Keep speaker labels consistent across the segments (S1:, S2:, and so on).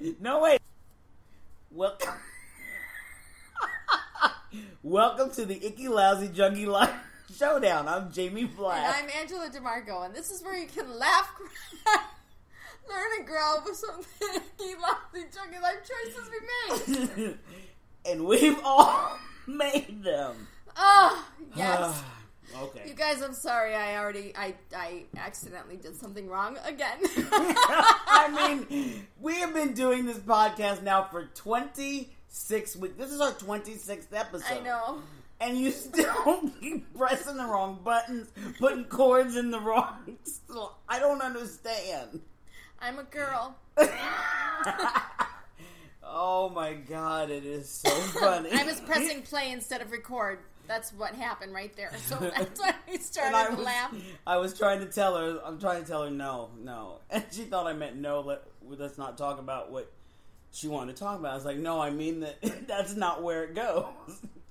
S1: Welcome to the Icky Lousy Junkie Life Showdown. I'm Jamie
S2: And
S1: Black.
S2: I'm Angela DeMarco, and this is where you can laugh, cry, learn and grow with some icky, lousy, junky life choices we make.
S1: and we've all made them.
S2: Oh,
S1: Ah.
S2: yes.
S1: okay.
S2: You guys, I'm sorry. I already, I, I accidentally did something wrong again.
S1: I mean, we have been doing this podcast now for 26 weeks. This is our 26th episode.
S2: I know.
S1: And you still keep pressing the wrong buttons, putting cords in the wrong. I don't understand.
S2: I'm a girl.
S1: oh my god, it is so funny.
S2: I was pressing play instead of record. That's what happened right there. So that's why we
S1: And I
S2: started to
S1: was,
S2: laugh.
S1: I was trying to tell her. I'm trying to tell her no, no, and she thought I meant no. Let, let's not talk about what she wanted to talk about. I was like, no, I mean that. That's not where it goes.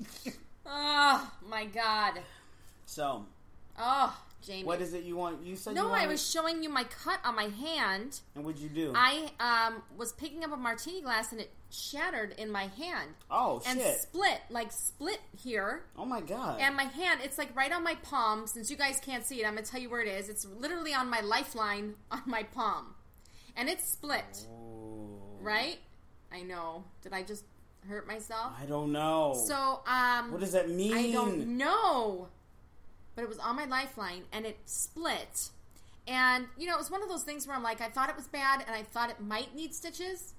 S2: Oh my god.
S1: so,
S2: Oh, Jamie.
S1: what is it you want? You said you
S2: no,
S1: wanted,
S2: I was showing you my cut on my hand.
S1: and what'd you do?
S2: I um, was picking up a martini glass and it shattered in my hand
S1: oh
S2: and
S1: shit!
S2: split, like split here.
S1: Oh my god!
S2: And my hand, it's like right on my palm. Since you guys can't see it, I'm gonna tell you where it is. It's literally on my lifeline on my palm, and it's split.
S1: Ooh.
S2: Right? I know. Did I just hurt myself?
S1: I don't know.
S2: So um,
S1: what does that mean?
S2: I don't know. But it was on my lifeline and it split. And, you know, it was one of those things where I'm like, I thought it was bad and I thought it might need stitches.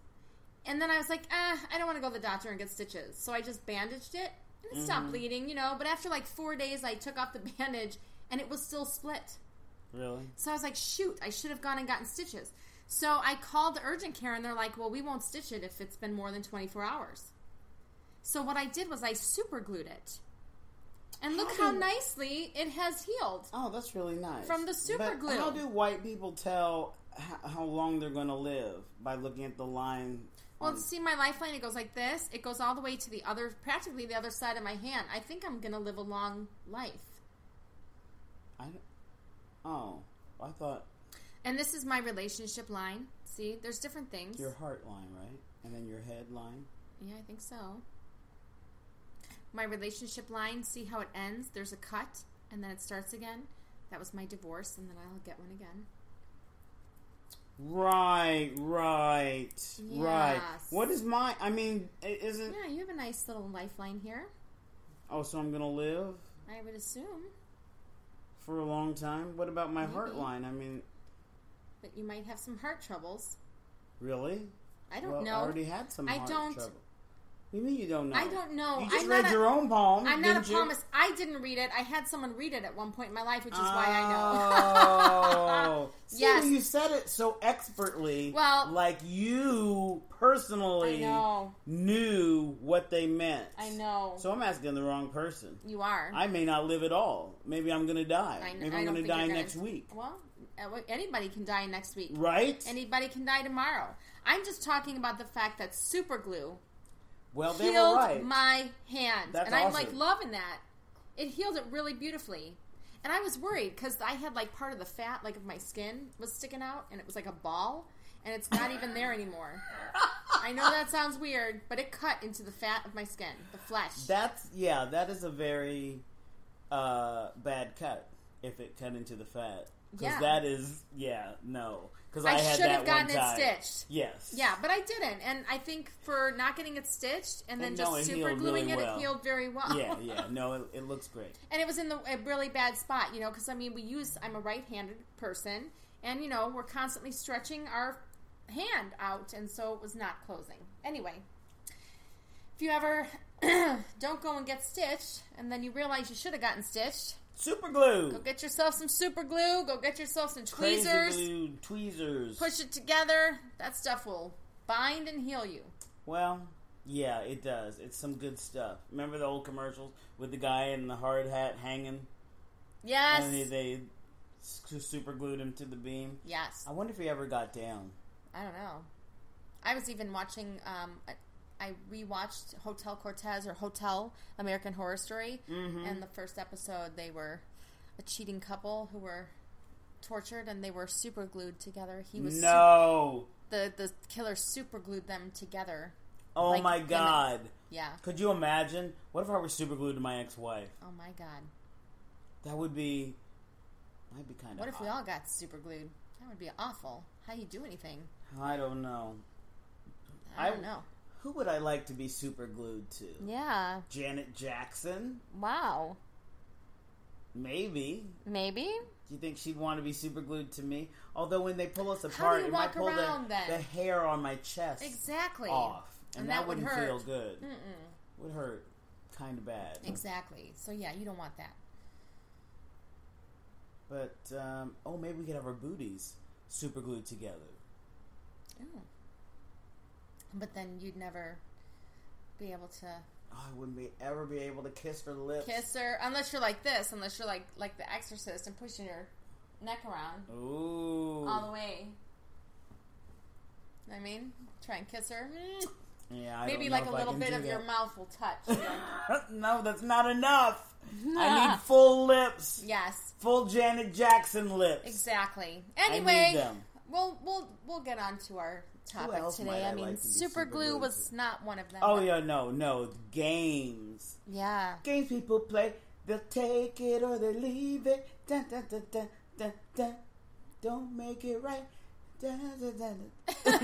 S2: And then I was like, eh, I don't want to go to the doctor and get stitches. So I just bandaged it and it stopped bleeding, you know. But after like four days, I took off the bandage and it was still split.
S1: Really?
S2: So I was like, shoot, I should have gone and gotten stitches. So I called the urgent care and they're like, well, we won't stitch it if it's been more than 24 hours. So what I did was I super glued it. And look
S1: How
S2: how,
S1: do-
S2: nicely it has healed.
S1: Oh, that's really nice.
S2: From the super
S1: But
S2: glue.
S1: How do white people tell how, how long they're going to live by looking at the line?
S2: Well,
S1: on-
S2: see my lifeline, it goes like this. It goes all the way to the other, practically the other side of my hand. I think I'm going to live a long life.
S1: I don't- oh, I thought
S2: And this is my relationship line. See, there's different things.
S1: your heart line, right? And then your head line.
S2: Yeah, I think so. My relationship line, see how it ends? There's a cut, and then it starts again. That was my divorce, and then I'll get one again.
S1: Right, right, right.
S2: Yes.
S1: What is my? I mean, i- isn't?
S2: Yeah, you have a nice little lifeline here.
S1: Oh, so I'm going to live
S2: I would assume
S1: for a long time. What about my heart
S2: Maybe.
S1: line? I mean,
S2: that you might have some heart troubles.
S1: really?
S2: I don't
S1: well,
S2: know.
S1: I already had some.
S2: I
S1: heart
S2: don't-
S1: Trouble. You mean you don't know?
S2: I don't know.
S1: You just
S2: I'm
S1: read
S2: not a-
S1: your own poem.
S2: I'm not a
S1: didn't you?
S2: promise. I didn't read it. I had someone read it at one point in my life, which is why I know.
S1: Oh. See,
S2: Yes.
S1: you said it so expertly.
S2: Well-
S1: like you personally
S2: I know.
S1: knew what they meant.
S2: I know.
S1: So I'm asking the wrong person.
S2: you are.
S1: I may not live at all. Maybe I'm going to die.
S2: I kn-
S1: Maybe
S2: I
S1: I'm
S2: don't
S1: going
S2: think
S1: to
S2: you're
S1: die
S2: gonna-
S1: next wean week.
S2: well, uh, anybody can die next week.
S1: Right?
S2: Anybody can die tomorrow. I'm just talking about the fact that super glue
S1: well, they were
S2: healed
S1: right.
S2: my hand.
S1: That's
S2: and I'm
S1: awesome.
S2: like loving that. It healed it really beautifully. And I was worried because I had like part of the fat, like of my skin, was sticking out and it was like a ball and it's not even there anymore. I know that sounds weird, but it cut into the fat of my skin, the flesh.
S1: That's yeah. That is a very uh, bad cut if it cut into the fat. Because
S2: Yeah.
S1: that is yeah no. Because I,
S2: I
S1: had
S2: should
S1: that
S2: have gotten
S1: one
S2: it
S1: time.
S2: stitched.
S1: Yes.
S2: yeah, but I didn't. And I think for not getting it stitched and then
S1: And no,
S2: just
S1: it
S2: super
S1: healed
S2: gluing
S1: really
S2: it,
S1: well.
S2: it healed very well.
S1: yeah, yeah. No, it, it looks great.
S2: and it was in the a really bad spot, you know, because I mean, we use I'm a right-handed person, and you know, we're constantly stretching our hand out, and so it was not closing. Anyway, if you ever don't go and get stitched, and then you realize you should have gotten stitched,
S1: Super glue.
S2: go get yourself some super glue, go get yourself some
S1: Crazy
S2: tweezers,
S1: glue, tweezers.
S2: push it together. That stuff will bind and heal you.
S1: Well, yeah, it does. It's some good stuff. Remember the old commercials with the guy in the hard hat hanging, and they,
S2: Yes,
S1: they su- super glued him to the beam.
S2: yes.
S1: I wonder if he ever got down.
S2: I don't know. I was even watching. Um, I- I rewatched Hotel Cortez or Hotel American Horror Story,
S1: Mm-hmm.
S2: and the first episode they were a cheating couple who were tortured and they were super glued together. He was
S1: No.
S2: sup- the the killer super glued them together.
S1: oh
S2: like
S1: my
S2: in a-
S1: god.
S2: Yeah.
S1: Could you imagine? What if I were super glued to my ex-wife?
S2: Oh my god.
S1: That would be. Might be kind of.
S2: What if we all got super glued? That would be awful. How you do anything?
S1: I don't know.
S2: I
S1: I-
S2: don't know.
S1: Who would I like to be super glued to?
S2: Yeah.
S1: Janet Jackson,
S2: Wow.
S1: maybe.
S2: Maybe.
S1: Do you think she'd want to be super glued to me? Although when they pull us
S2: do
S1: apart,
S2: you
S1: it
S2: walk
S1: might pull the,
S2: around, then?
S1: the hair on my chest
S2: Exactly.
S1: off, and,
S2: And
S1: that,
S2: that would
S1: wouldn't
S2: hurt.
S1: feel good.
S2: Mm-mm.
S1: Would hurt, kind of bad.
S2: Exactly. So yeah, you don't want that.
S1: But um, oh, maybe we could have our booties super glued together.
S2: Ooh. But then you'd never be able to
S1: Oh, I wouldn't be, ever be able to kiss her lips.
S2: kiss her unless you're like this, unless you're like like the exorcist and pushing your neck around
S1: Ooh,
S2: all the way. I mean, try and kiss her. Mm.
S1: yeah. I don't
S2: Maybe
S1: know
S2: like a
S1: if I
S2: little
S1: can
S2: bit
S1: do
S2: of your
S1: that.
S2: mouth will touch.
S1: no, that's not enough. I need full lips,
S2: yes,
S1: full Janet Jackson lips.
S2: exactly.
S1: I
S2: Anyway,
S1: need them.
S2: We'll we'll we'll get on to our topic
S1: else might
S2: today.
S1: I
S2: I mean,
S1: like to be
S2: super glue
S1: superglued
S2: was
S1: to?
S2: not one of them.
S1: Oh yeah, no, no games.
S2: yeah.
S1: Games people play, they'll take it or they leave it. Dun, dun, dun, dun, dun, dun. Don't make it right. Dun, dun, dun,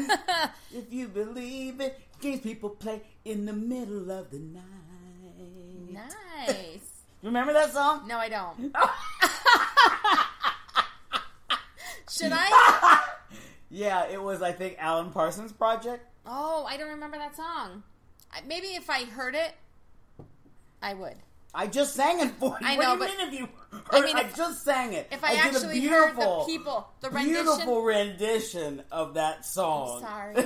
S1: dun. if you believe it, games people play in the middle of the night.
S2: nice.
S1: You remember that song?
S2: No, I don't. Should I?
S1: Yeah, it was I think Alan Parsons' project.
S2: Oh, I don't remember that song. I- Maybe if I heard it, I would.
S1: I just sang it for you.
S2: I know,
S1: what do you
S2: but-
S1: mean if you?
S2: I mean,
S1: I
S2: if-
S1: just sang it.
S2: If I,
S1: did a
S2: actually heard the people, the rendition.
S1: beautiful rendition of that song.
S2: Sorry.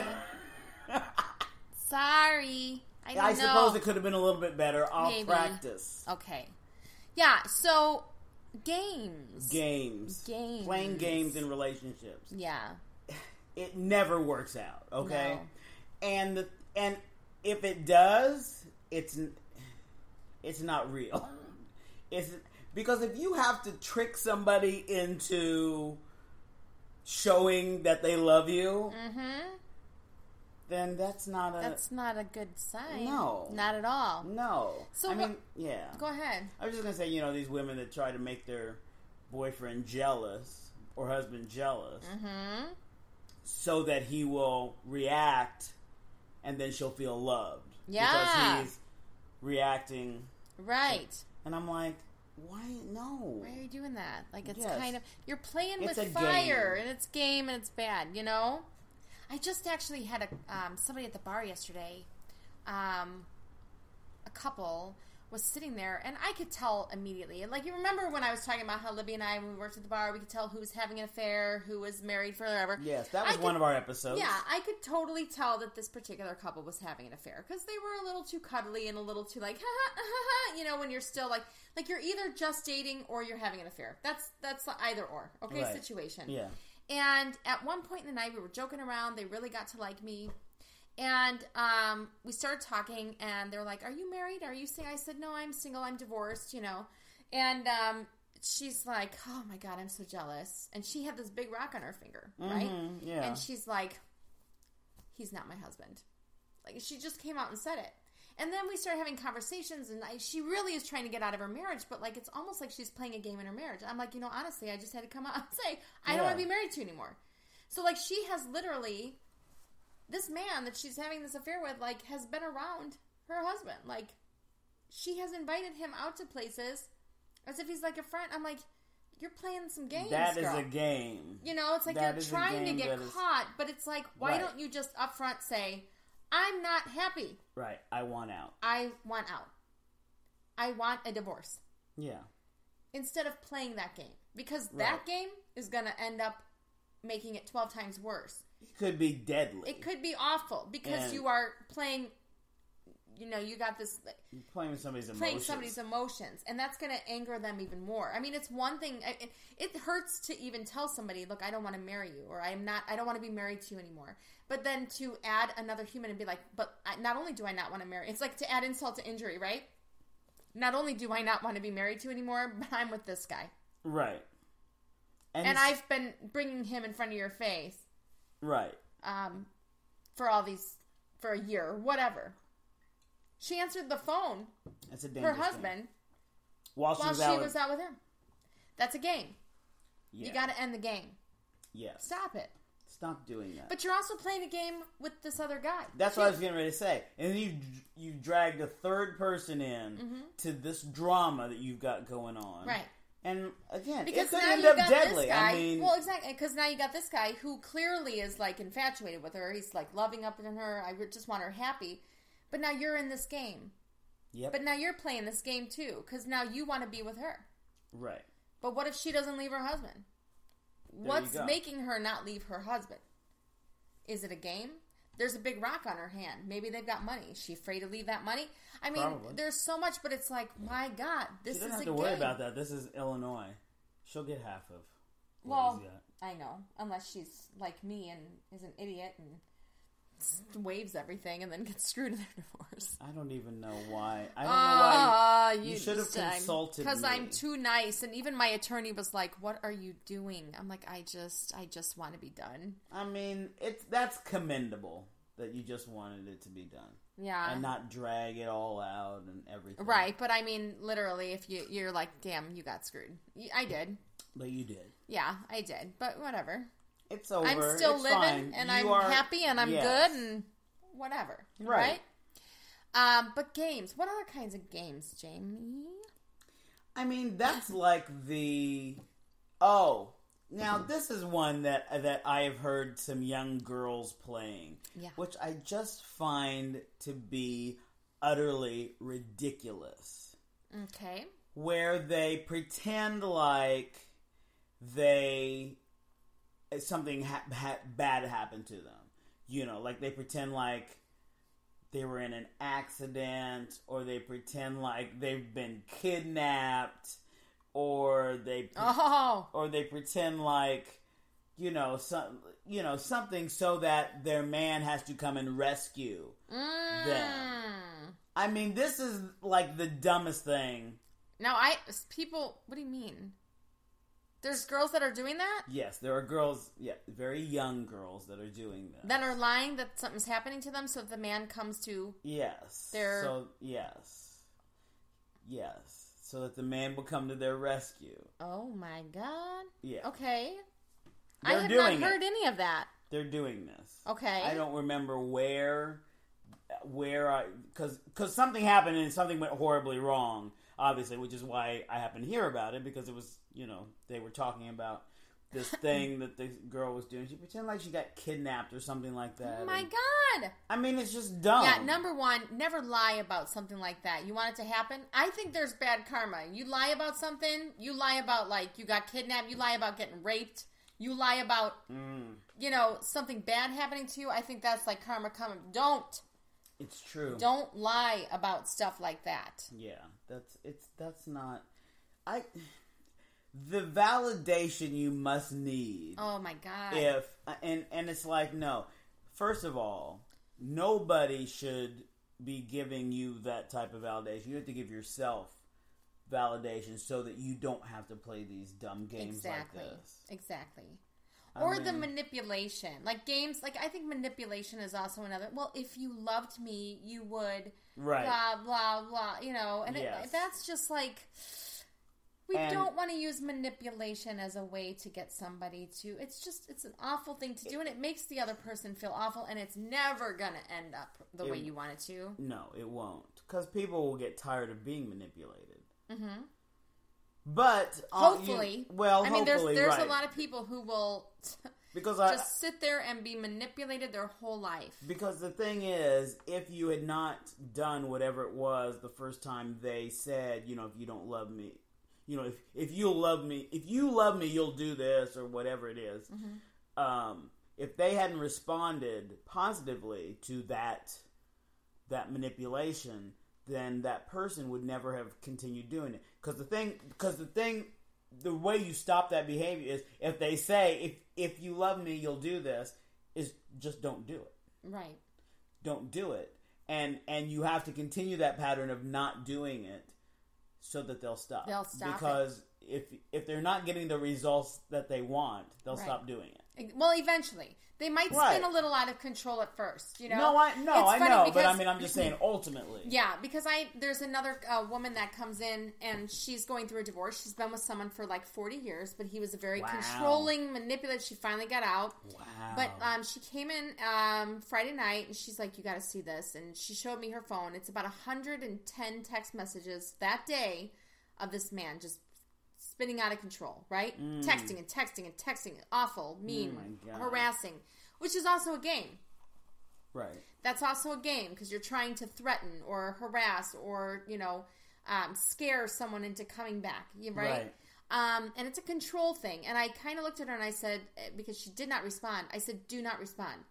S2: Sorry. I don't
S1: I
S2: know.
S1: suppose it could have been a little bit better. I'll
S2: Maybe. Oh,
S1: practice.
S2: Okay. Yeah, so games.
S1: Games.
S2: Games.
S1: Playing games in relationships.
S2: Yeah.
S1: It never works out, okay?
S2: No.
S1: And the, and if it does, it's n- it's not real. It's because if you have to trick somebody into showing that they love you,
S2: Mm-hmm.
S1: then that's not a
S2: That's not a good sign.
S1: Uh, No.
S2: Not at all.
S1: no.
S2: So
S1: I
S2: what-
S1: mean, yeah.
S2: Go ahead.
S1: I was just gonna say, you know, these women that try to make their boyfriend jealous or husband jealous
S2: Mm-hmm.
S1: so that he will react and then she'll feel loved.
S2: Yeah.
S1: Because he's reacting.
S2: Right.
S1: And I'm like, why? No.
S2: Why are you doing that? Like it's
S1: Yes.
S2: kind of you're playing
S1: It's
S2: with
S1: a
S2: fire,
S1: game.
S2: and it's game, and it's bad. You know. I just actually had a um, somebody at the bar yesterday. Um, a couple was sitting there, and I could tell immediately. And, Like you remember when I was talking about how Libby and I, when we worked at the bar, we could tell who was having an affair, who was married forever.
S1: Yes, that was
S2: I
S1: one
S2: could-
S1: of our episodes.
S2: Yeah, I could totally tell that this particular couple was having an affair because they were a little too cuddly and a little too like, ha ha, ha ha, ha, you know, when you're still like, like you're either just dating or you're having an affair. That's that's the either or, okay,
S1: Right.
S2: situation.
S1: Yeah.
S2: And at one point in the night, we were joking around. They really got to like me. And um, we started talking, and they were like, Are you married? Are you single? I said, No, I'm single. I'm divorced, you know. And um, she's like, Oh my God, I'm so jealous. And she had this big rock on her finger, right?
S1: Mhm, yeah.
S2: And she's like, He's not my husband. Like, she just came out and said it. And then we started having conversations, and I, she really is trying to get out of her marriage, but like, it's almost like she's playing a game in her marriage. I'm like, You know, honestly, I just had to come out and say, I
S1: Yeah.
S2: don't want to be married to you anymore. So, like, she has literally this man that she's having this affair with like has been around her husband like she has invited him out to places as if he's like a friend i'm like you're playing some games
S1: That is
S2: girl.
S1: a game.
S2: you know it's like
S1: that
S2: you're
S1: is a
S2: trying to
S1: game
S2: get
S1: that is-
S2: caught but it's like why
S1: Right.
S2: don't you just upfront say i'm not happy
S1: Right. I want out.
S2: i want out i want a divorce
S1: Yeah.
S2: instead of playing that game because
S1: Right.
S2: that game is going to end up making it 12 times worse
S1: It could be deadly.
S2: It could be awful because
S1: And-
S2: you are playing. You know, you got this
S1: You're playing with somebody's emotions.
S2: playing somebody's emotions, and that's going to anger them even more. I mean, it's one thing. I- It, it hurts to even tell somebody, "Look, I don't want to marry you," or "I'm not. I don't want to be married to you anymore." But then to add another human and be like, "But I, not only do I not want to marry," it's like to add insult to injury, right? Not only do I not want to be married to you anymore, but I'm with this guy,
S1: Right.
S2: and
S1: s-
S2: I've been bringing him in front of your face
S1: Right.
S2: um, for all these for a year or whatever. She answered the phone,
S1: That's a
S2: her
S1: dangerous
S2: husband,
S1: Thing. While she
S2: while
S1: was
S2: she
S1: out.
S2: was out with him. That's a game.
S1: yeah.
S2: You got to end the game.
S1: Yes. Stop.
S2: Stop it.
S1: doing that.
S2: But you're also playing a game with this other guy.
S1: That's what I
S2: too.
S1: was getting ready to say. And then you you dragged a third person in to this drama that you've got going on.
S2: Mm-hmm. Right.
S1: And again,
S2: Because
S1: it could
S2: now
S1: end
S2: you
S1: up
S2: got
S1: deadly.
S2: this guy.
S1: I mean,
S2: well, exactly. Because now you got this guy who clearly is like infatuated with her. He's like loving up on her. I would just want her happy. But now you're in this game.
S1: yep.
S2: But now you're playing this game too. Because now you want to be with her.
S1: right.
S2: But what if she doesn't leave her husband? What's
S1: go.
S2: making her not leave her husband? Is it a game? There's a big rock on her hand. Maybe they've got money. Is she afraid to leave that money? I mean,
S1: Probably.
S2: there's so much, but it's like, my God, this
S1: She doesn't
S2: is
S1: have
S2: a
S1: to worry
S2: game.
S1: about that. This is Illinois. She'll get half of. what
S2: Well,
S1: he's got.
S2: I know, unless she's like me and is an idiot and s- waves everything and then gets screwed in their divorce.
S1: I don't even know why. I don't know why.
S2: Ah,
S1: you should have consulted
S2: because
S1: me.
S2: I'm too nice, and even my attorney was like, "What are you doing?" I'm like, "I just, I just want to be done."
S1: I mean, it's that's commendable that you just wanted it to be done
S2: Yeah,
S1: and not drag it all out and everything.
S2: Uh, right. But I mean, literally, if you you're like, "Damn, you got screwed." Y- I did.
S1: But you did.
S2: Yeah, I did. But whatever.
S1: It's over.
S2: I'm still
S1: It's
S2: living
S1: fine.
S2: and
S1: You
S2: I'm
S1: are-
S2: happy and I'm
S1: Yes.
S2: good and whatever. Right.
S1: Right.
S2: Um, but games. What other kinds of games, Jamie?
S1: I mean, that's like the oh. Now this is one that that I have heard some young girls playing,
S2: Yeah.
S1: which I just find to be utterly ridiculous.
S2: Okay.
S1: Where they pretend like they something ha- ha- bad happened to them. You know, like they pretend like they were in an accident, or they pretend like they've been kidnapped, or they pre-
S2: Oh,
S1: or they pretend like you know some you know something so that their man has to come and rescue
S2: mm.
S1: them. I mean, this is like the dumbest thing.
S2: now I people. What do you mean? There's girls that are doing that
S1: Yes, there are girls, yeah, very young girls that are doing that.
S2: that are lying that something's happening to them. So if the man comes to,
S1: Yes.
S2: They're-
S1: so yes, yes, so that the man will come to their rescue.
S2: oh my god.
S1: Yeah,
S2: Okay. I
S1: They're
S2: have
S1: doing it.
S2: not heard any of that.
S1: they're doing this.
S2: Okay.
S1: I don't remember where, where I because because something happened and something went horribly wrong. Obviously, which is why I happened to hear about it because it was you know they were talking about this thing that the girl was doing. She pretended like she got kidnapped or something like that.
S2: Oh my
S1: And-
S2: god.
S1: I mean, it's just dumb.
S2: Yeah, number one, never lie about something like that. You want it to happen? I think there's bad karma. You lie about something, you lie about like you got kidnapped, you lie about getting raped, you lie about
S1: Mm.
S2: you know something bad happening to you. I think that's like karma coming. Don't
S1: It's true.
S2: don't lie about stuff like that.
S1: Yeah, that's it's that's not. I the validation you must need.
S2: Oh my god.
S1: if and and it's like no first of all nobody should be giving you that type of validation you have to give yourself validation so that you don't have to play these dumb games
S2: exactly.
S1: like this
S2: Exactly.
S1: I
S2: Or the
S1: mean-
S2: manipulation. Like games, like I think manipulation is also another. Well, if you loved me, you would
S1: right
S2: blah blah blah you know and
S1: Yes.
S2: it, that's just like we
S1: And-
S2: don't want to use manipulation as a way to get somebody to it's just it's an awful thing to do and it makes the other person feel awful and it's never gonna end up the way
S1: It-
S2: you want it to
S1: no it won't because people will get tired of being manipulated mm-hmm but uh, you-
S2: hopefully
S1: well
S2: i mean there's
S1: hopefully,
S2: there's
S1: right.
S2: a lot of people who will
S1: because I,
S2: just sit there and be manipulated their whole life
S1: Because the thing is, if you had not done whatever it was the first time they said, you know, if you don't love me, you know, if, if you'll love me, if you love me, you'll do this or whatever it is. Um, if they hadn't responded positively to that that manipulation, then that person would never have continued doing it. Because the thing, because the thing, the way you stop that behavior is if they say, if if you love me, you'll do this. Is just don't do it
S2: right
S1: don't do it and and you have to continue that pattern of not doing it so that they'll stop
S2: They'll stop it.
S1: because if if they're not getting the results that they want they'll
S2: Right.
S1: stop doing it
S2: Well, eventually they might spin
S1: Right.
S2: a little out of control at first. You know,
S1: no, I no,
S2: It's
S1: I
S2: funny
S1: know, but I
S2: because-
S1: mean, I'm just saying, ultimately,
S2: Yeah, because I there's another uh, woman that comes in and she's going through a divorce. She's been with someone for like 40 years, but he was a very
S1: Wow.
S2: controlling, manipulative. She finally got out.
S1: wow.
S2: But um, she came in um, Friday night and she's like, "You got to see this." And she showed me her phone. It's about 110 text messages that day of this man just spinning out of control, right? Texting and texting and texting, awful, mean,
S1: Mm. Oh my God.
S2: harassing, which is also a game.
S1: right,
S2: That's also a game because you're trying to threaten or harass or you know um, scare someone into coming back, you- right?
S1: Right.
S2: Um, and it's a control thing. And I kind of looked at her and I said eh, because she did not respond. I said, "Do not respond.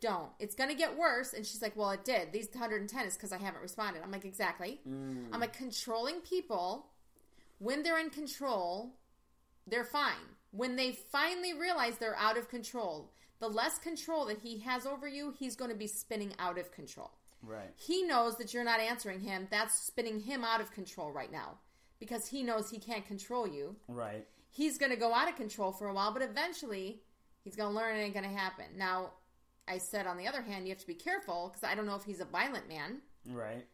S2: Don't. It's going to get worse." And she's like, "Well, it did. These 110 is because I haven't responded." I'm like, "Exactly." I'm like, controlling people when they're in control, they're fine. When they finally realize they're out of control, the less control that he has over you, he's going to be spinning out of control.
S1: right,
S2: He knows that you're not answering him. That's spinning him out of control right now because he knows he can't control you.
S1: right,
S2: He's going to go out of control for a while, but eventually he's going to learn it ain't going to happen. Now, I said, on the other hand, you have to be careful because I don't know if he's a violent man
S1: right.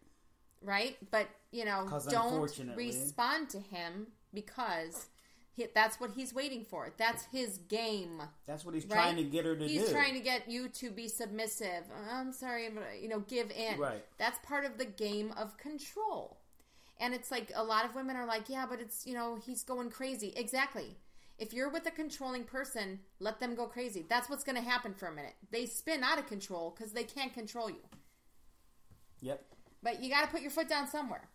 S2: right? But you know,
S1: 'Cause
S2: don't
S1: unfortunately-
S2: respond to him because he, that's what he's waiting for. That's his game.
S1: That's what he's
S2: Right?
S1: trying to get her to
S2: he's
S1: do.
S2: trying to get you to be submissive. I'm sorry, but you know, give in.
S1: Right.
S2: That's part of the game of control. And it's like a lot of women are like, yeah, but it's you know, he's going crazy. Exactly. If you're with a controlling person, let them go crazy. That's what's going to happen for a minute. They spin out of control because they can't control you.
S1: Yep.
S2: But you got to put your foot down somewhere.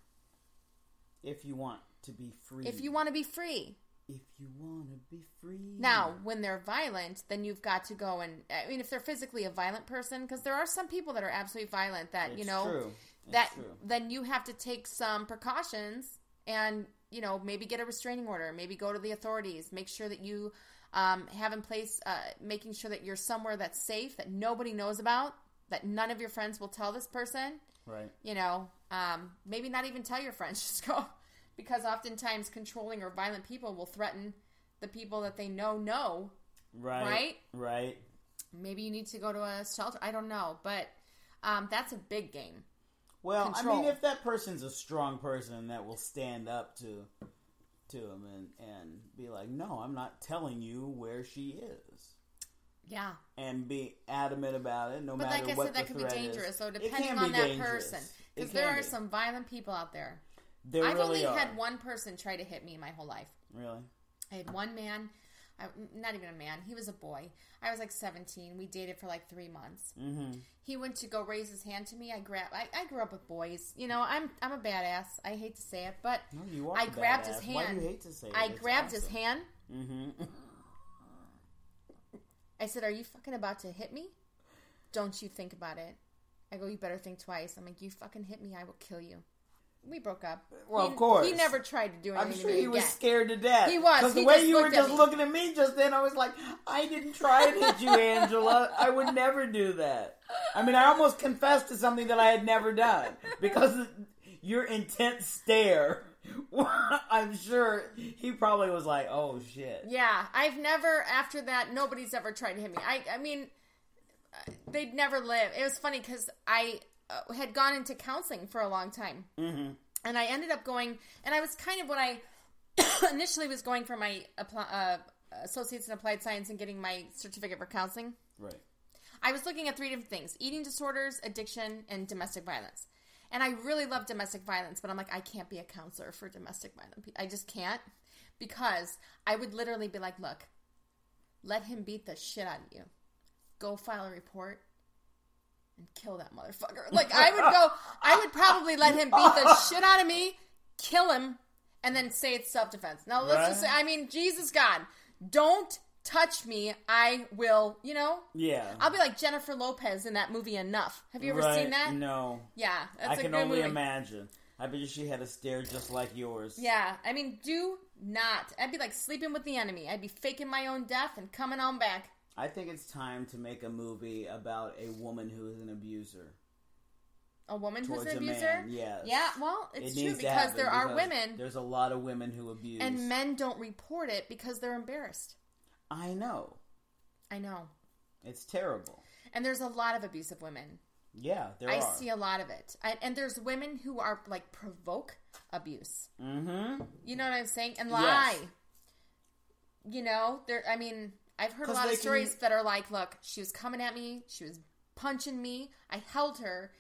S1: If you want to be free.
S2: If you want to be free,
S1: If you want to be free.
S2: Now, when they're violent, then you've got to go and I mean, if they're physically a violent person, because there are some people that are absolutely violent that
S1: It's
S2: you know
S1: true. It's
S2: that
S1: true.
S2: then you have to take some precautions and you know maybe get a restraining order, maybe go to the authorities, make sure that you um, have in place uh, making sure that you're somewhere that's safe that nobody knows about, that none of your friends will tell this person.
S1: Right.
S2: You know, um, maybe not even tell your friends, just go because oftentimes controlling or violent people will threaten the people that they know know
S1: Right.
S2: Right?
S1: Right.
S2: maybe you need to go to a shelter. I don't know, but um, that's a big game.
S1: Well, I
S2: Control.
S1: mean, if that person's a strong person that will stand up to to him and and be like, "No, I'm not telling you where she is."
S2: Yeah,
S1: And be adamant about it, no
S2: but
S1: matter
S2: like I
S1: what
S2: said,
S1: the
S2: that could be
S1: threat
S2: dangerous.
S1: Is.
S2: So
S1: It
S2: depending
S1: can
S2: on
S1: be
S2: that
S1: dangerous.
S2: person,
S1: It
S2: because there
S1: can
S2: are
S1: be.
S2: some violent people out there.
S1: There
S2: I've
S1: really
S2: only
S1: are.
S2: had one person try to hit me my whole life.
S1: Really?
S2: I had one man, I, not even a man. He was a boy. I was like seventeen. We dated for like three months.
S1: Mm-hmm.
S2: He went to go raise his hand to me. I grab. I, I grew up with boys. You know, I'm I'm a badass. I hate to say it, but
S1: No, you are.
S2: I
S1: a
S2: grabbed
S1: badass.
S2: his
S1: Why do
S2: hand.
S1: you hate to say it?
S2: I
S1: It's
S2: grabbed his
S1: awesome.
S2: hand.
S1: Mm-hmm.
S2: I said, "Are you fucking about to hit me? Don't you think about it." I go, "You better think twice." I'm like, "You fucking hit me, I will kill you." We broke up.
S1: Well,
S2: he,
S1: of course.
S2: He never tried to do
S1: I'm
S2: anything
S1: sure
S2: to me
S1: he was
S2: again.
S1: scared to death.
S2: He was.
S1: Because the
S2: He
S1: way
S2: just
S1: you were
S2: looked at
S1: just
S2: me.
S1: looking at me just then, I was like, I didn't try to hit you, Angela. I would never do that. I mean, I almost confessed to something that I had never done because of your intense stare. I'm sure he probably was like, oh shit.
S2: Yeah, I've never after that. Nobody's ever tried to hit me. I, I mean, uh, they'd never live. It was funny because I uh, had gone into counseling for a long time, mm-hmm. and I ended up going, and I was kind of what I initially was going for my appli- uh, associates in applied science and getting my certificate for counseling.
S1: Right.
S2: I was looking at three different things eating disorders, addiction, and domestic violence. And I really love domestic violence, but I'm like, I can't be a counselor for domestic violence. I just can't because I would literally be like, look, let him beat the shit out of you. Go file a report and kill that motherfucker. Like, I would go, I would probably let him beat the shit out of me, kill him, and then say it's self defense. Now, let's just say,
S1: Right.
S2: I mean, Jesus God, don't touch me. I will, you know?
S1: Yeah.
S2: I'll be like Jennifer Lopez in that movie Enough. Have you ever
S1: Right.
S2: seen that?
S1: No.
S2: Yeah, that's
S1: I
S2: a
S1: can
S2: good
S1: only
S2: movie.
S1: imagine. I bet you she had a stare just like yours.
S2: Yeah, I mean, do not. I'd be like sleeping with the enemy. I'd be faking my own death and coming on back.
S1: I think it's time to make a movie about a woman who is an abuser.
S2: A woman who's
S1: towards
S2: an
S1: a
S2: abuser.
S1: man. Yes.
S2: Yeah, well, it's
S1: It
S2: true
S1: needs to
S2: because
S1: happen
S2: there are
S1: because
S2: women
S1: There's a lot of women who abuse.
S2: and men don't report it because they're embarrassed.
S1: I know.
S2: I know.
S1: It's terrible.
S2: And there's a lot of abusive women.
S1: Yeah, there
S2: I
S1: are.
S2: see a lot of it. I, and there's women who are like provoke abuse.
S1: Mm-hmm.
S2: You know what I'm saying? And
S1: Yes.
S2: lie. You know, there. I mean, I've heard a
S1: 'Cause
S2: lot
S1: they
S2: of
S1: can-
S2: stories that are like, look, she was coming at me, she was punching me, I held her,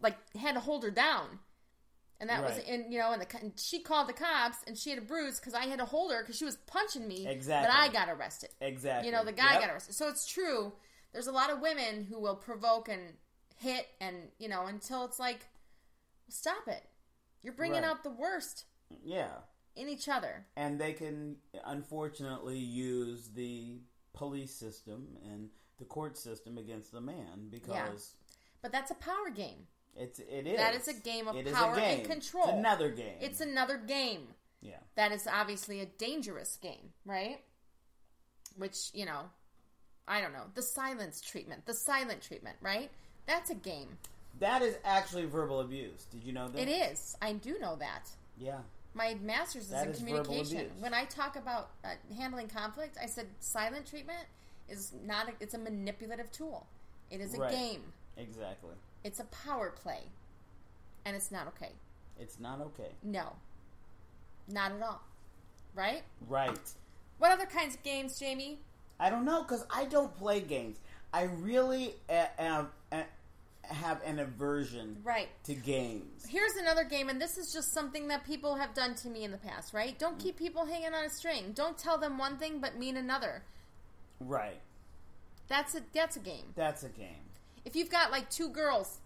S2: like had to hold her down, and that was
S1: Right.
S2: in you know, and the co- and she called the cops, and she had a bruise because I had to hold her because she was punching me,
S1: Exactly.
S2: But I got arrested.
S1: Exactly.
S2: You know, the guy
S1: Yep.
S2: got arrested. So it's true. There's a lot of women who will provoke and hit, and you know, until it's like, stop it. You're bringing
S1: Right.
S2: out the worst
S1: Yeah,
S2: in each other.
S1: and they can unfortunately use the police system and the court system against the man because
S2: But that's a power game.
S1: it's it is
S2: That is a game of
S1: It is a
S2: power and
S1: game.
S2: control.
S1: It's another game.
S2: It's another game.
S1: yeah.
S2: That is obviously a dangerous game, right? Which, you know, I don't know. The silence treatment, the silent treatment, right? That's a game.
S1: That is actually verbal abuse. Did you know that?
S2: It is. I do know that.
S1: Yeah.
S2: My master's is
S1: That
S2: in
S1: is verbal
S2: communication.
S1: abuse.
S2: When I talk about uh, handling conflict, I said silent treatment is not a, it's a manipulative tool. It is a
S1: Right.
S2: game.
S1: Exactly.
S2: It's a power play. And it's not okay.
S1: It's not okay.
S2: No. Not at all. Right?
S1: Right.
S2: What other kinds of games, Jamie?
S1: I don't know because I don't play games. I really uh, uh, uh, have an aversion
S2: Right.
S1: to games.
S2: Here's another game, and this is just something that people have done to me in the past, right? Don't keep people hanging on a string. Don't tell them one thing but mean another.
S1: Right.
S2: That's a that's a game.
S1: That's a game.
S2: If you've got like two girls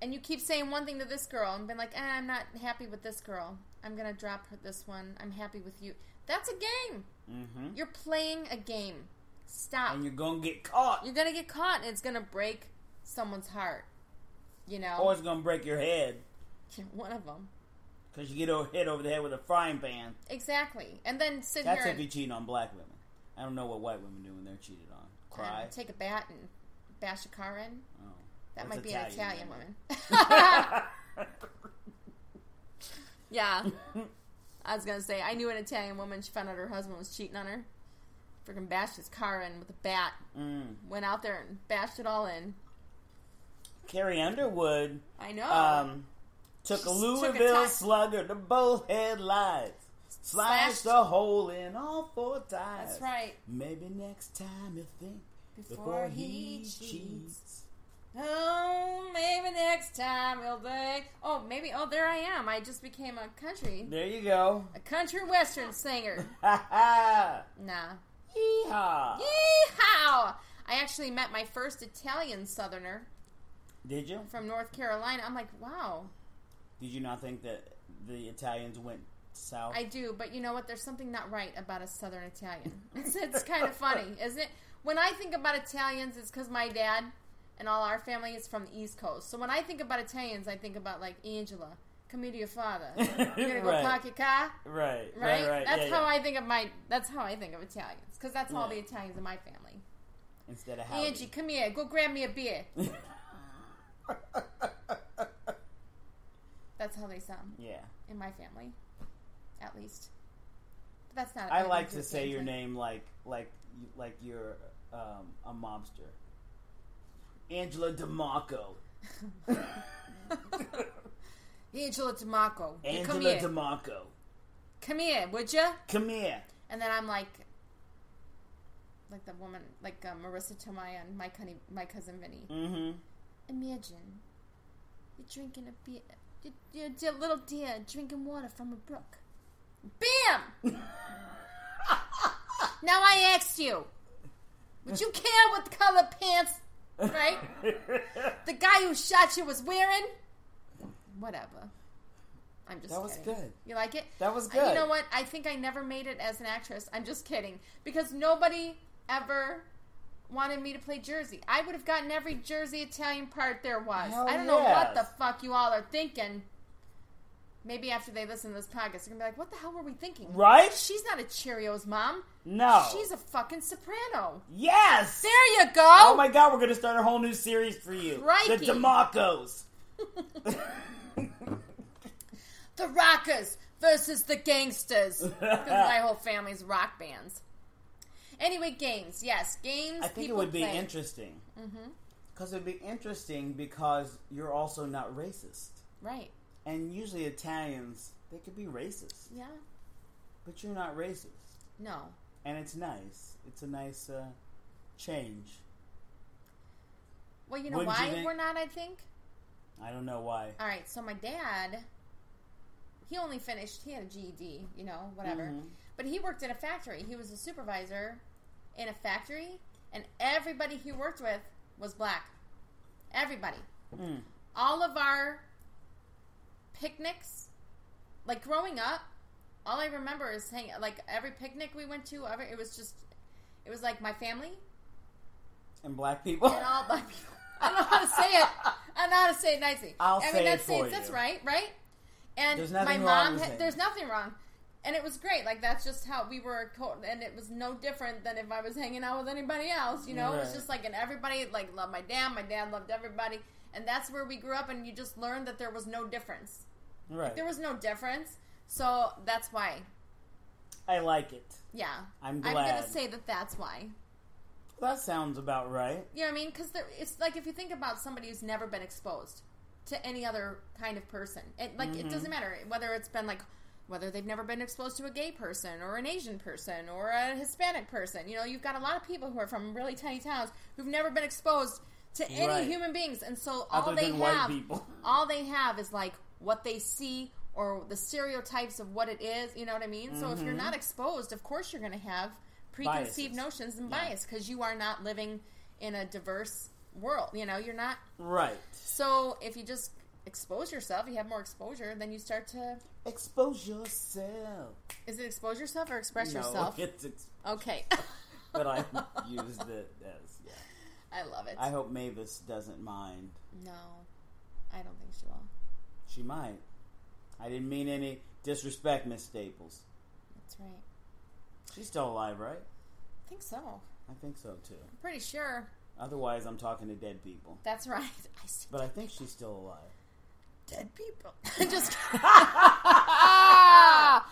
S2: and you keep saying one thing to this girl and been like, eh, I'm not happy with this girl. I'm gonna drop her this one. I'm happy with you. That's a game.
S1: Mm-hmm.
S2: You're playing a game. Stop.
S1: And you're gonna get caught,
S2: you're gonna get caught and it's gonna break someone's heart you know
S1: or it's gonna break your head
S2: one of them
S1: because you get o- hit over the head with a frying pan.
S2: exactly and then sit
S1: That's
S2: here
S1: if
S2: and
S1: you cheat on black women. I don't know what white women do when they're cheated on.
S2: I don't know,
S1: Cry.
S2: take a bat and bash a car in
S1: oh, That's
S2: that might be an italian
S1: women.
S2: woman yeah
S1: Oh.
S2: i was gonna say i knew an italian woman she found out her husband was cheating on her freaking bashed his car in with a bat
S1: mm.
S2: went out there and bashed it all in
S1: Carrie Underwood
S2: i know
S1: um, took
S2: Oh. She
S1: a
S2: took a
S1: Louisville
S2: ti-
S1: slugger to both headlights, slashed
S2: Slashed-
S1: a hole in all four tires.
S2: that's right
S1: Maybe next time you think before,
S2: before
S1: he
S2: he cheats
S1: cheats.
S2: Oh, maybe next time he'll be. Oh, maybe. Oh, there I am. I just became a country,
S1: There you go.
S2: a country western singer.
S1: Ha ha!
S2: Nah.
S1: Yeehaw!
S2: Yeehaw! I actually met my first Italian Southerner
S1: Did you?
S2: from North Carolina. I'm like, wow,
S1: Did you not think that the Italians went south?
S2: I do. But you know what? There's something not right about a Southern Italian. It's, it's kind of funny, isn't it? When I think about Italians, it's because my dad and all our family is from the East Coast. So when I think about Italians, I think about like Angela, Commedia Fada. You're gonna go
S1: right.
S2: park your car.
S1: right, right,
S2: right?
S1: right. yeah,
S2: That's how
S1: yeah.
S2: I think of my. That's how I think of Italians because that's all
S1: Yeah.
S2: the Italians in my family.
S1: Instead of howdy.
S2: Angie, come here. Go grab me a beer. That's how they sound
S1: yeah.
S2: in my family, at least. But that's not.
S1: I
S2: really
S1: like
S2: the
S1: to say your
S2: Italian
S1: name like like you- like you're um, a mobster. Angela DeMarco.
S2: thing. Angela Damaco. You come
S1: Angela
S2: here.
S1: DeMarco.
S2: come here, would you?
S1: Come here.
S2: And then I'm like, like the woman, like uh, Marissa Tomei and my cousin, my cousin Vinny.
S1: Mm-hmm.
S2: Imagine you're drinking a beer. you- You're a little deer drinking water from a brook. Bam! now I asked you, would you care what color pants, right? The guy who shot you was wearing? Whatever. I'm just
S1: That was
S2: kidding.
S1: good.
S2: You like it?
S1: That was
S2: Uh,
S1: good.
S2: You know what? I think I never made it as an actress. I'm just kidding. Because nobody ever wanted me to play Jersey. I would have gotten every Jersey Italian part there was.
S1: Hell
S2: I don't know what
S1: yes.
S2: the fuck you all are thinking. Maybe after they listen to this podcast, they're gonna be like, "What the hell were we thinking?"
S1: Right?
S2: She's not a Cheerios mom.
S1: No.
S2: She's a fucking soprano.
S1: yes.
S2: There you go.
S1: Oh my God! We're gonna start a whole new series for you.
S2: Crikey.
S1: The DeMarcos. Oh
S2: the rockers versus the gangsters. because my whole family's rock bands. Anyway, games. Yes, games.
S1: I think it
S2: people
S1: would be
S2: play. Mm-hmm.
S1: interesting. Because it'd be interesting because you're also not racist.
S2: Right.
S1: And usually Italians, they could be racist,
S2: Yeah.
S1: but you're not racist.
S2: No.
S1: And it's nice. It's a nice uh, change.
S2: Well, you know
S1: Wouldn't you
S2: why
S1: think-
S2: we're not. I think.
S1: I don't know why.
S2: All right. So my dad, he only finished. He had a GED. You know, whatever.
S1: Mhm.
S2: But he worked in a factory. He was a supervisor in a factory, and everybody he worked with was black. Everybody.
S1: Mm.
S2: all of our picnics, like growing up, all I remember is hang like every picnic we went to, every, it was just, it was like my family
S1: And black people.
S2: and all black people. I don't know how to say it. I don't know how to say it nicely.
S1: I'll
S2: I mean,
S1: say it
S2: that's
S1: for
S2: That's
S1: you.
S2: right, right? And
S1: There's
S2: my
S1: nothing wrong
S2: mom,
S1: with
S2: had,
S1: it.
S2: there's nothing wrong, and it was great. Like that's just how we were, co- and it was no different than if I was hanging out with anybody else. You know, it was
S1: Right.
S2: just like, and everybody like loved my dad. My dad loved everybody, and that's where we grew up. And you just learned that there was no difference.
S1: right.
S2: There was no difference, so that's why.
S1: I like it.
S2: Yeah,
S1: I'm
S2: I'm
S1: glad.
S2: gonna say that that's why.
S1: that sounds about right.
S2: You know what I mean? Because it's like if you think about somebody who's never been exposed to any other kind of person, it like it
S1: Mm-hmm.
S2: doesn't matter whether it's been like whether they've never been exposed to a gay person or an Asian person or a Hispanic person. You know, you've got a lot of people who are from really tiny towns who've never been exposed to any
S1: Right.
S2: human beings, and so all
S1: Other
S2: they
S1: than white
S2: have,
S1: people.
S2: all they have is like what they see or the stereotypes of what it is. You know what I mean? So if you're not exposed, of course you're going to have preconceived
S1: Mm-hmm. Biases.
S2: notions and
S1: Yeah.
S2: bias because you are not living in a diverse world. You know, you're not.
S1: Right.
S2: So if you just expose yourself, you have more exposure, then you start to.
S1: Expose yourself.
S2: Is it expose yourself or express
S1: no,
S2: yourself?
S1: It's ex-
S2: Okay.
S1: but I used it as. Yeah.
S2: I love it.
S1: I hope Mavis doesn't mind.
S2: no, I don't think she will.
S1: She might. I didn't mean any disrespect, Miss Staples.
S2: That's right. I
S1: She's still alive, right?
S2: think so. I'm
S1: I think so too.
S2: pretty sure.
S1: Otherwise, I'm talking to dead people.
S2: That's right. I see.
S1: But I think she's still alive.
S2: dead people. Just Ah!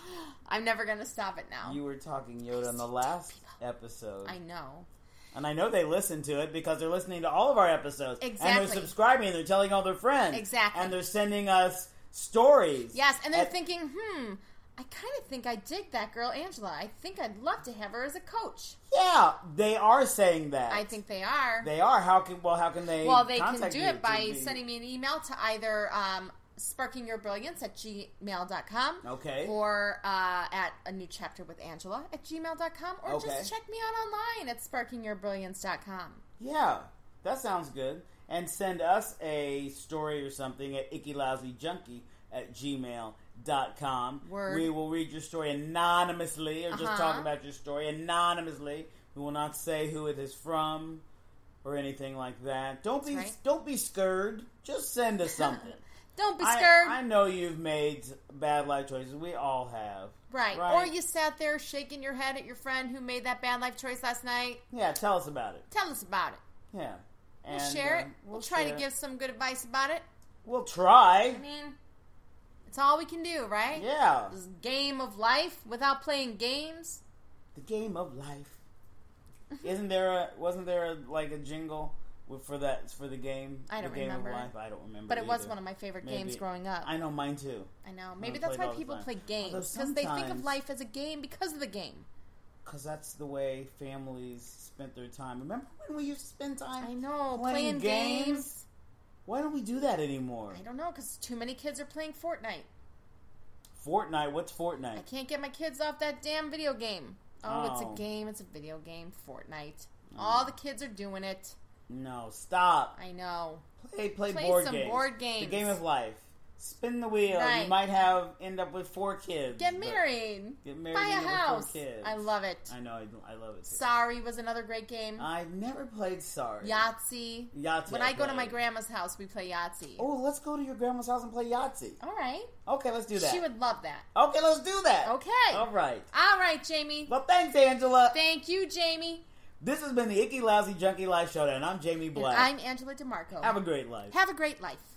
S2: I'm never gonna stop it now.
S1: You were talking Yoda in the last episode,
S2: I know.
S1: and I know they listen to it because they're listening to all of our episodes, and
S2: Exactly.
S1: they're subscribing, and they're telling all their friends,
S2: Exactly.
S1: and they're sending us stories.
S2: Yes, and they're
S1: At-
S2: thinking, hmm, I kind of think I dig that girl Angela. I think I'd love to have her as a coach.
S1: yeah, they are saying that.
S2: I think they are.
S1: they are. How can well? How can they?
S2: well, they can
S1: contact
S2: do
S1: you
S2: it
S1: to
S2: by
S1: be-
S2: sending me an email to either um, sparkingyourbrilliance at gmail.com
S1: Okay.
S2: or uh, at a new chapter with Angela at gmail.com or
S1: Okay.
S2: just check me out online at sparkingyourbrilliance.com.
S1: Yeah, that sounds good. And send us a story or something at ickylousyjunkie at gmail.com.
S2: Word.
S1: We will read your story anonymously or just talk
S2: Uh-huh.
S1: about your story anonymously. We will not say who it is from or anything like that. Don't be
S2: right.
S1: don't be scared. Just send us something.
S2: Don't be
S1: I-
S2: scared.
S1: I, know you've made bad life choices. We all have.
S2: Right.
S1: Right.
S2: Or you sat there shaking your head at your friend who made that bad life choice last night.
S1: Yeah, tell us about it.
S2: Tell us about it.
S1: Yeah.
S2: We'll
S1: And,
S2: share
S1: uh,
S2: it. We'll, try
S1: share
S2: to
S1: it.
S2: give some good advice about it.
S1: We'll try.
S2: I mean, it's all we can do, right?
S1: Yeah.
S2: This game of life without playing games.
S1: the game of life. Isn't there a wasn't there a, like a jingle with- for that for the game?
S2: I don't
S1: the game
S2: remember.
S1: Of life? I don't remember.
S2: But it was
S1: either.
S2: one of my favorite games
S1: Maybe.
S2: growing up.
S1: I know mine too.
S2: I know. Maybe
S1: I
S2: that's
S1: played
S2: why
S1: all the
S2: people
S1: time.
S2: play games
S1: Although
S2: because they think of
S1: sometimes-
S2: life as a game because of the game.
S1: Cause that's the way families spent their time. Remember when we used to spend time?
S2: I know.
S1: Playing
S2: Playing, games.
S1: games? Why don't we do that anymore?
S2: I don't know because too many kids are playing Fortnite.
S1: Fortnite. What's
S2: I
S1: Fortnite?
S2: can't get my kids off that damn video game. Oh, it's
S1: Oh.
S2: a game. It's a video game. Fortnite. All the kids are doing it.
S1: No, stop.
S2: I know.
S1: Play play,
S2: Play
S1: board
S2: some
S1: games.
S2: board games.
S1: The game of life. Spin the wheel.
S2: Right.
S1: You might have end up with four kids.
S2: Get
S1: but-
S2: married.
S1: Get married.
S2: Buy
S1: end
S2: a
S1: up with
S2: house.
S1: Four kids.
S2: I love it.
S1: I know. I, I love it. Too.
S2: Sorry was another great game.
S1: I've never played Sorry.
S2: Yahtzee.
S1: Yahtzee.
S2: When I go to
S1: played.
S2: my grandma's house, we play Yahtzee.
S1: Oh, let's go to your grandma's house and play Yahtzee.
S2: All right.
S1: Okay, let's do that. Oh.
S2: She would love that.
S1: Okay, let's do that.
S2: Okay.
S1: All right.
S2: All right, Jamie.
S1: Well, thanks, Angela.
S2: Thank you, Jamie.
S1: this has been the Icky Lousy Junkie Life Showdown. I'm Jamie
S2: And
S1: Black.
S2: I'm Angela DeMarco.
S1: Have a great life.
S2: Have a great life.